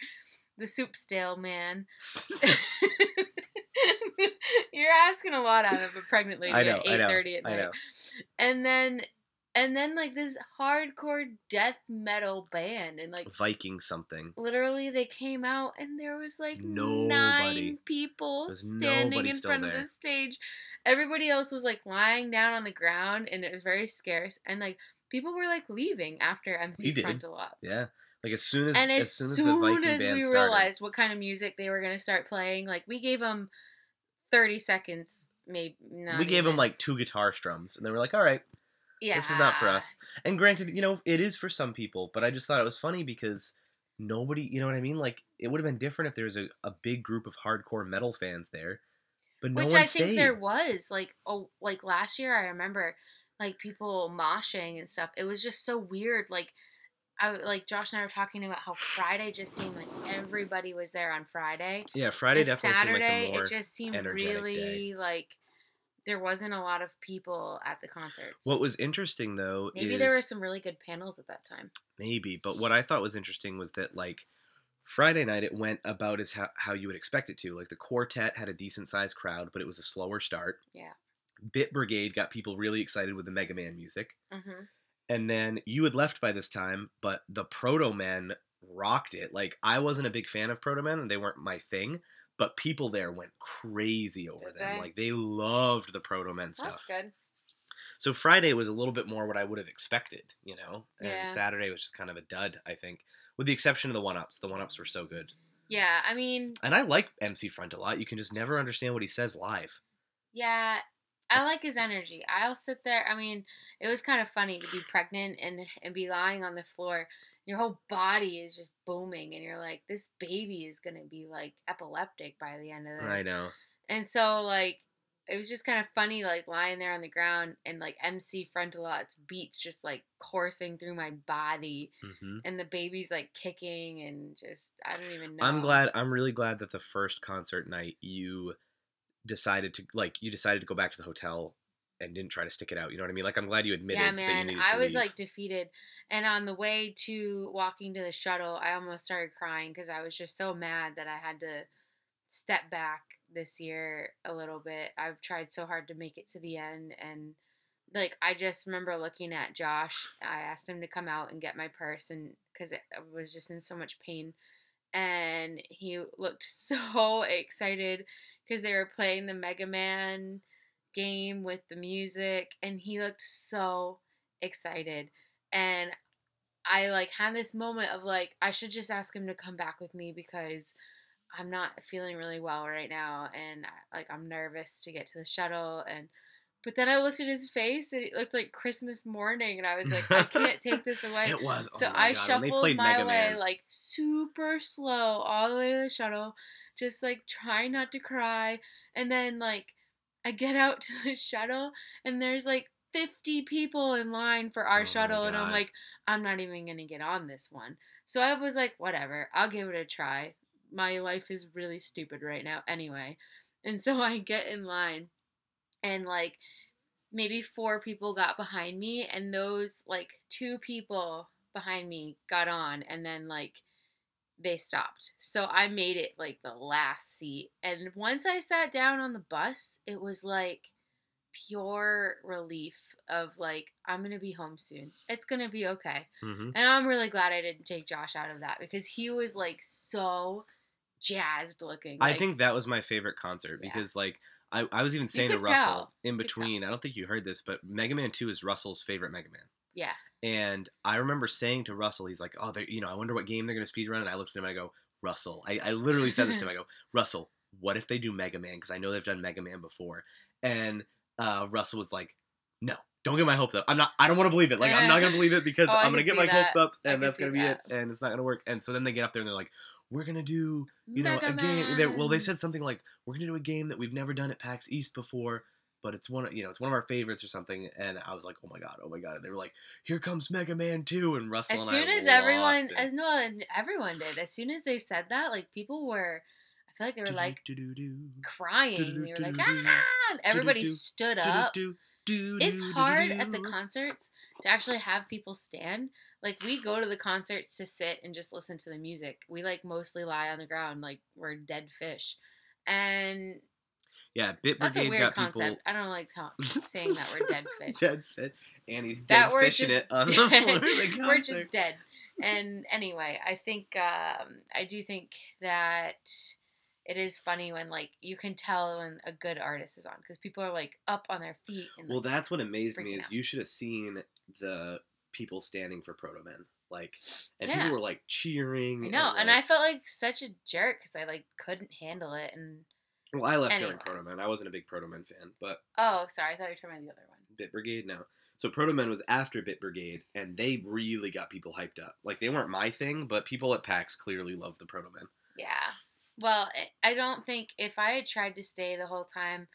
Speaker 2: The soup stale man. You're asking a lot out of a pregnant lady
Speaker 1: I know,
Speaker 2: at
Speaker 1: I know,
Speaker 2: eight thirty at
Speaker 1: I
Speaker 2: night.
Speaker 1: know.
Speaker 2: And then and then like this hardcore death metal band and like
Speaker 1: Viking something.
Speaker 2: literally they came out and there was like
Speaker 1: Nobody.
Speaker 2: nine people
Speaker 1: There's
Speaker 2: standing
Speaker 1: nobody
Speaker 2: in
Speaker 1: still
Speaker 2: front
Speaker 1: there.
Speaker 2: of the stage. Everybody else was like lying down on the ground and it was very scarce and like people were like leaving after MC
Speaker 1: We did.
Speaker 2: Front a lot.
Speaker 1: Yeah. Like as soon as
Speaker 2: And as,
Speaker 1: as soon as, the
Speaker 2: soon
Speaker 1: Viking
Speaker 2: as,
Speaker 1: band
Speaker 2: we
Speaker 1: started,
Speaker 2: realized what kind of music they were going to start playing, like we gave them 30 seconds, maybe. Not
Speaker 1: we gave them
Speaker 2: even.
Speaker 1: like two guitar strums, and they were like, "All right,
Speaker 2: yeah.
Speaker 1: this is not for us." And granted, you know, it is for some people, but I just thought it was funny because nobody, you know what I mean? Like, it would have been different if there was a, a big group of hardcore metal fans there, but no
Speaker 2: Which
Speaker 1: one
Speaker 2: I
Speaker 1: stayed.
Speaker 2: think there was like oh like last year I remember like people moshing and stuff. It was just so weird like I like Josh and I were talking about how Friday just seemed like everybody was there on Friday.
Speaker 1: yeah, Friday
Speaker 2: And
Speaker 1: definitely seemed
Speaker 2: Saturday
Speaker 1: like the more.
Speaker 2: it just seemed
Speaker 1: energetic
Speaker 2: really
Speaker 1: day.
Speaker 2: like there wasn't a lot of people at the concerts.
Speaker 1: what was interesting though
Speaker 2: Maybe
Speaker 1: is
Speaker 2: there were some really good panels at that time.
Speaker 1: maybe, but what I thought was interesting was that like Friday night it went about as how, how you would expect it to. Like the quartet had a decent sized crowd, but it was a slower start.
Speaker 2: Yeah.
Speaker 1: Bit Brigade got people really excited with the Mega Man music.
Speaker 2: hmm
Speaker 1: and then you had left by this time, but the Proto Men rocked it. Like I wasn't a big fan of Proto Men, and they weren't my thing, but people there went crazy over
Speaker 2: Did
Speaker 1: them.
Speaker 2: they?
Speaker 1: Like they loved the Proto Men stuff.
Speaker 2: That's good.
Speaker 1: So Friday was a little bit more what I would have expected, you know, and
Speaker 2: Yeah.
Speaker 1: Saturday was just kind of a dud, I think, with the exception of the one ups. The one ups were so good,
Speaker 2: Yeah, I mean,
Speaker 1: and I like MC Front a lot. You can just never understand what he says live.
Speaker 2: yeah, I like his energy. I'll sit there. I mean, it was kind of funny to be pregnant and and be lying on the floor. Your whole body is just booming, and you're like, this baby is gonna be like epileptic by the end of this.
Speaker 1: I know.
Speaker 2: And so like. It was just kind of funny, like lying there on the ground and like MC Frontalot's beats just like coursing through my body,
Speaker 1: hmm
Speaker 2: and the baby's like kicking and just I don't even know.
Speaker 1: I'm glad. I'm really glad that the first concert night you decided to like you decided to go back to the hotel and didn't try to stick it out. You know what I mean? Like I'm glad you admitted
Speaker 2: Yeah,
Speaker 1: that you
Speaker 2: man,
Speaker 1: needed to
Speaker 2: I was
Speaker 1: leave.
Speaker 2: like defeated, and on the way to walking to the shuttle, I almost started crying because I was just so mad that I had to step back this year a little bit. I've tried so hard to make it to the end, and like I just remember looking at Josh. I asked him to come out and get my purse, and because I was just in so much pain, and he looked so excited because they were playing the Mega Man game with the music and he looked so excited and i like had this moment of like i should just ask him to come back with me because i'm not feeling really well right now and like i'm nervous to get to the shuttle and But then I looked at his face and it looked like Christmas morning, and I was like, I can't take this away.
Speaker 1: it was.
Speaker 2: So
Speaker 1: oh my
Speaker 2: I
Speaker 1: God, when they
Speaker 2: shuffled
Speaker 1: played
Speaker 2: my
Speaker 1: Mega
Speaker 2: way
Speaker 1: Man.
Speaker 2: like super slow all the way to the shuttle, just like trying not to cry. And then like I get out to the shuttle and there's like 50 people in line for
Speaker 1: Oh
Speaker 2: our
Speaker 1: my
Speaker 2: shuttle and I'm
Speaker 1: God.
Speaker 2: like I'm not even going to get on this one. So I was like whatever, I'll give it a try. My life is really stupid right now anyway. And so I get in line and like maybe four people got behind me and those like two people behind me got on and then like they stopped so i made it like the last seat and once i sat down on the bus it was like pure relief of like i'm gonna be home soon it's gonna be okay
Speaker 1: Mhm.
Speaker 2: and i'm really glad i didn't take josh out of that because he was like so jazzed looking
Speaker 1: I
Speaker 2: Like,
Speaker 1: think that was my favorite concert
Speaker 2: Yeah.
Speaker 1: because like I, I was even saying to
Speaker 2: could
Speaker 1: Russell
Speaker 2: tell.
Speaker 1: in
Speaker 2: You could
Speaker 1: between, I don't think you heard this, but Mega Man 2 is Russell's favorite Mega Man.
Speaker 2: yeah
Speaker 1: And I remember saying to Russell, he's like, Oh, they're you know, I wonder what game they're gonna speedrun and I looked at him and I go, Russell. I, I literally said this to him, I go, Russell, what if they do Mega Man? Because I know they've done Mega Man before. And uh, Russell was like, No, don't get my hopes up. I'm not I don't wanna believe it. Like I'm not gonna believe it because
Speaker 2: Oh, I
Speaker 1: I'm gonna
Speaker 2: can
Speaker 1: get
Speaker 2: see
Speaker 1: my
Speaker 2: that.
Speaker 1: hopes up
Speaker 2: I
Speaker 1: and
Speaker 2: can
Speaker 1: that's
Speaker 2: see
Speaker 1: gonna be
Speaker 2: that.
Speaker 1: it and it's not gonna work. And so then they get up there and they're like, We're gonna do you know, a game. They, well, they said something like, "We're gonna do a game that we've never done at PAX East before, but it's one, of- you know, it's one of our favorites or something." And I was like, "Oh my god, oh my god!" And they were like, "Here comes Mega Man 2. and Russell.
Speaker 2: as
Speaker 1: and
Speaker 2: soon
Speaker 1: I
Speaker 2: as
Speaker 1: lost
Speaker 2: everyone
Speaker 1: it.
Speaker 2: as no and everyone did as soon as they said that like people were i feel like they were like
Speaker 1: Do-do-do-do.
Speaker 2: crying they were like
Speaker 1: Do-do-do-do-do.
Speaker 2: ah and everybody
Speaker 1: Do-do-do.
Speaker 2: stood up
Speaker 1: Do-do-do. Do-do-do-do-do.
Speaker 2: it's hard at the concerts to actually have people stand like we go to the concerts to sit and just listen to the music we like mostly lie on the ground like we're dead fish and
Speaker 1: Yeah, Bit
Speaker 2: that's a
Speaker 1: Brigade
Speaker 2: weird
Speaker 1: got
Speaker 2: concept
Speaker 1: people
Speaker 2: i don't like tell saying that we're dead fish
Speaker 1: dead fit, and he's
Speaker 2: That
Speaker 1: dead
Speaker 2: we're
Speaker 1: fishing
Speaker 2: just
Speaker 1: it on the floor.
Speaker 2: dead.
Speaker 1: of the
Speaker 2: we're
Speaker 1: concert.
Speaker 2: just dead. And anyway, I think um, I do think that it is funny when like you can tell when a good artist is on because people are like up on their feet. And,
Speaker 1: Well,
Speaker 2: like,
Speaker 1: that's what amazed me
Speaker 2: freaking
Speaker 1: is
Speaker 2: out.
Speaker 1: you should have seen the people standing for Proto Man, like, and
Speaker 2: Yeah.
Speaker 1: people were like cheering.
Speaker 2: I know, and I
Speaker 1: like-
Speaker 2: felt like such a jerk because I like couldn't handle it. And
Speaker 1: well, I left during
Speaker 2: anyway.
Speaker 1: Proto Man. I wasn't a big Proto Man fan, but
Speaker 2: oh, sorry, I thought you were talking about the other one.
Speaker 1: Bit Brigade no. So Proto Man was after Bit Brigade, and they really got people hyped up. Like they weren't my thing, but people at PAX clearly loved the Proto Man.
Speaker 2: Yeah. Well, I- I don't think if I had tried to stay the whole time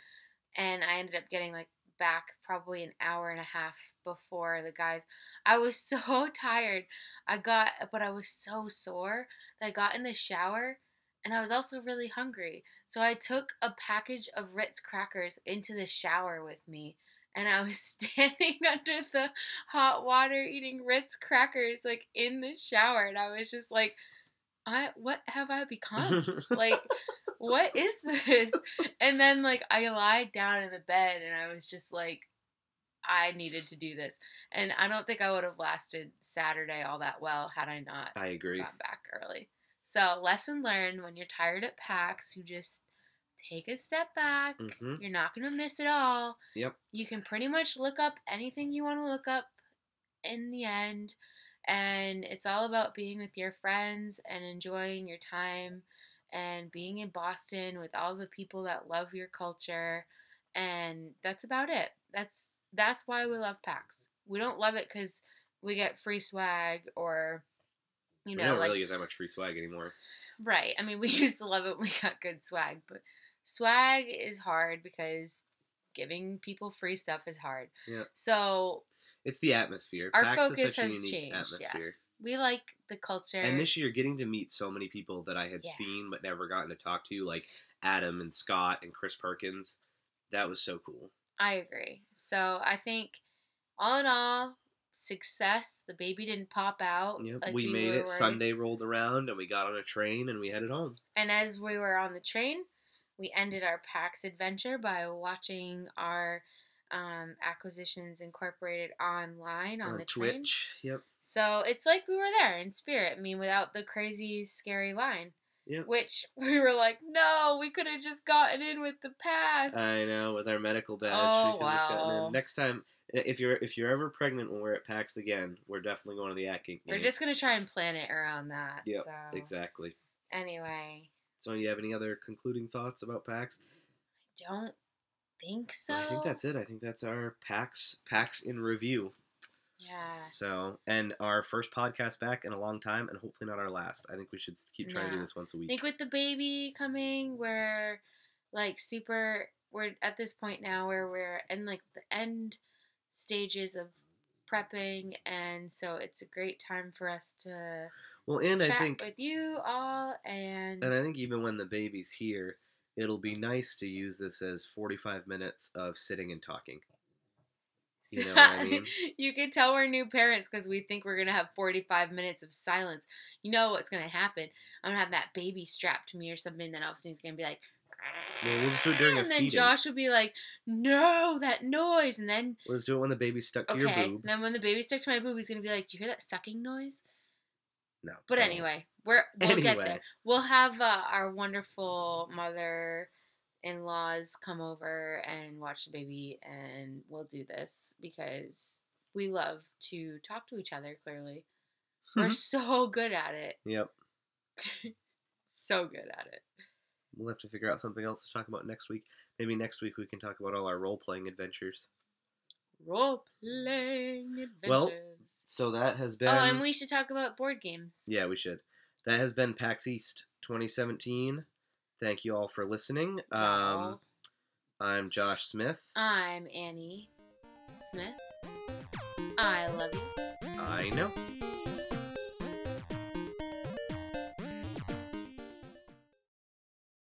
Speaker 2: and I ended up getting like back probably an hour and a half before the guys, I was so tired. I got, but I was so sore that I got in the shower and I was also really hungry. So I took a package of Ritz crackers into the shower with me. And I was standing under the hot water eating Ritz crackers, like in the shower. And I was just like, I, what have I become? like what is this and then like i lied down in the bed and i was just like i needed to do this and i don't think i would have lasted saturday all that well had i not
Speaker 1: I agree.
Speaker 2: gone back early so lesson learned when you're tired at pax you just take a step back
Speaker 1: hmm
Speaker 2: you're not going to miss it all
Speaker 1: Yep.
Speaker 2: you can pretty much look up anything you want to look up in the end and it's all about being with your friends and enjoying your time and being in Boston with all the people that love your culture and that's about it that's that's why we love PAX we don't love it cuz we get free swag or you
Speaker 1: we
Speaker 2: know
Speaker 1: don't
Speaker 2: like
Speaker 1: really get that much free swag anymore.
Speaker 2: Right. I mean, we used to love it when we got good swag, but swag is hard because giving people free stuff is hard.
Speaker 1: Yeah.
Speaker 2: So
Speaker 1: It's the atmosphere.
Speaker 2: Our
Speaker 1: PAX
Speaker 2: focus
Speaker 1: is such a
Speaker 2: has
Speaker 1: unique
Speaker 2: changed, yeah.
Speaker 1: atmosphere.
Speaker 2: we like the culture.
Speaker 1: And this year, getting to meet so many people that I had
Speaker 2: Yeah.
Speaker 1: seen but never gotten to talk to, like Adam and Scott and Chris Perkins, that was so cool.
Speaker 2: I agree. So I think all in all, success. The baby didn't pop out.
Speaker 1: Yep.
Speaker 2: like
Speaker 1: we, made
Speaker 2: uh, were
Speaker 1: it.
Speaker 2: worried.
Speaker 1: Sunday rolled around, and we got on a train and we headed home.
Speaker 2: And as we were on the train, we ended our PAX adventure by watching our um, acquisitions incorporated online on, the
Speaker 1: Twitch.
Speaker 2: train.
Speaker 1: Yep.
Speaker 2: So it's like we were there in spirit. I mean, without the crazy, scary line.
Speaker 1: Yeah.
Speaker 2: Which we were like, no, we could have just gotten in with the pass.
Speaker 1: I know with our medical badge,
Speaker 2: Oh,
Speaker 1: we could have just gotten
Speaker 2: wow.
Speaker 1: in. Next time, i- if you're if you're ever pregnant when we're at PAX again, we're definitely going to the At Kink.
Speaker 2: we're
Speaker 1: game.
Speaker 2: just gonna try and plan it around that.
Speaker 1: Yep,
Speaker 2: So
Speaker 1: exactly.
Speaker 2: anyway,
Speaker 1: So, you have any other concluding thoughts about PAX?
Speaker 2: don't think so.
Speaker 1: I think that's it. I think that's our PAX PAX in review.
Speaker 2: Yeah.
Speaker 1: So, and our first podcast back in a long time, and hopefully not our last. I think we should keep trying to do
Speaker 2: No.
Speaker 1: this once a
Speaker 2: I
Speaker 1: week.
Speaker 2: think with the baby coming, we're like super. We're at this point now where we're in like the end stages of prepping, and so it's a great time for us to
Speaker 1: Well, and I
Speaker 2: chat
Speaker 1: think,
Speaker 2: with you all. And,
Speaker 1: and I think even when the baby's here, it'll be nice to use this as forty-five minutes of sitting and talking. you know what I mean?
Speaker 2: you can tell we're new parents because we think we're gonna have 45 minutes of silence. You know what's gonna happen? I'm gonna have that baby strapped to me or something. Then all of a sudden he's gonna be like.
Speaker 1: Well, we'll just do it during a
Speaker 2: and then
Speaker 1: feeding.
Speaker 2: Josh will be like, "No, that noise!" And then
Speaker 1: Let's do it when the baby's stuck to your
Speaker 2: Okay.
Speaker 1: boob.
Speaker 2: Then when the baby sticks to my boob, he's gonna be like, "Do you hear that sucking noise?"
Speaker 1: No.
Speaker 2: But
Speaker 1: I won't.
Speaker 2: anyway, we're we'll get
Speaker 1: Anyway.
Speaker 2: there. We'll have uh, our wonderful mother-in-laws come over and watch the baby, and we'll do this because we love to talk to each other. Clearly, we're
Speaker 1: Mhm.
Speaker 2: so good at it.
Speaker 1: Yep.
Speaker 2: So good at it.
Speaker 1: We'll have to figure out something else to talk about next week. Maybe next week we can talk about all our role playing adventures.
Speaker 2: Role playing adventures.
Speaker 1: Well, So that has been.
Speaker 2: oh, and we should talk about board games.
Speaker 1: Yeah, we should. That has been PAX East 2017. Thank you all for listening. Um,
Speaker 2: Y'all.
Speaker 1: I'm Josh Smith.
Speaker 2: I'm Annie Smith. I love you.
Speaker 1: I know.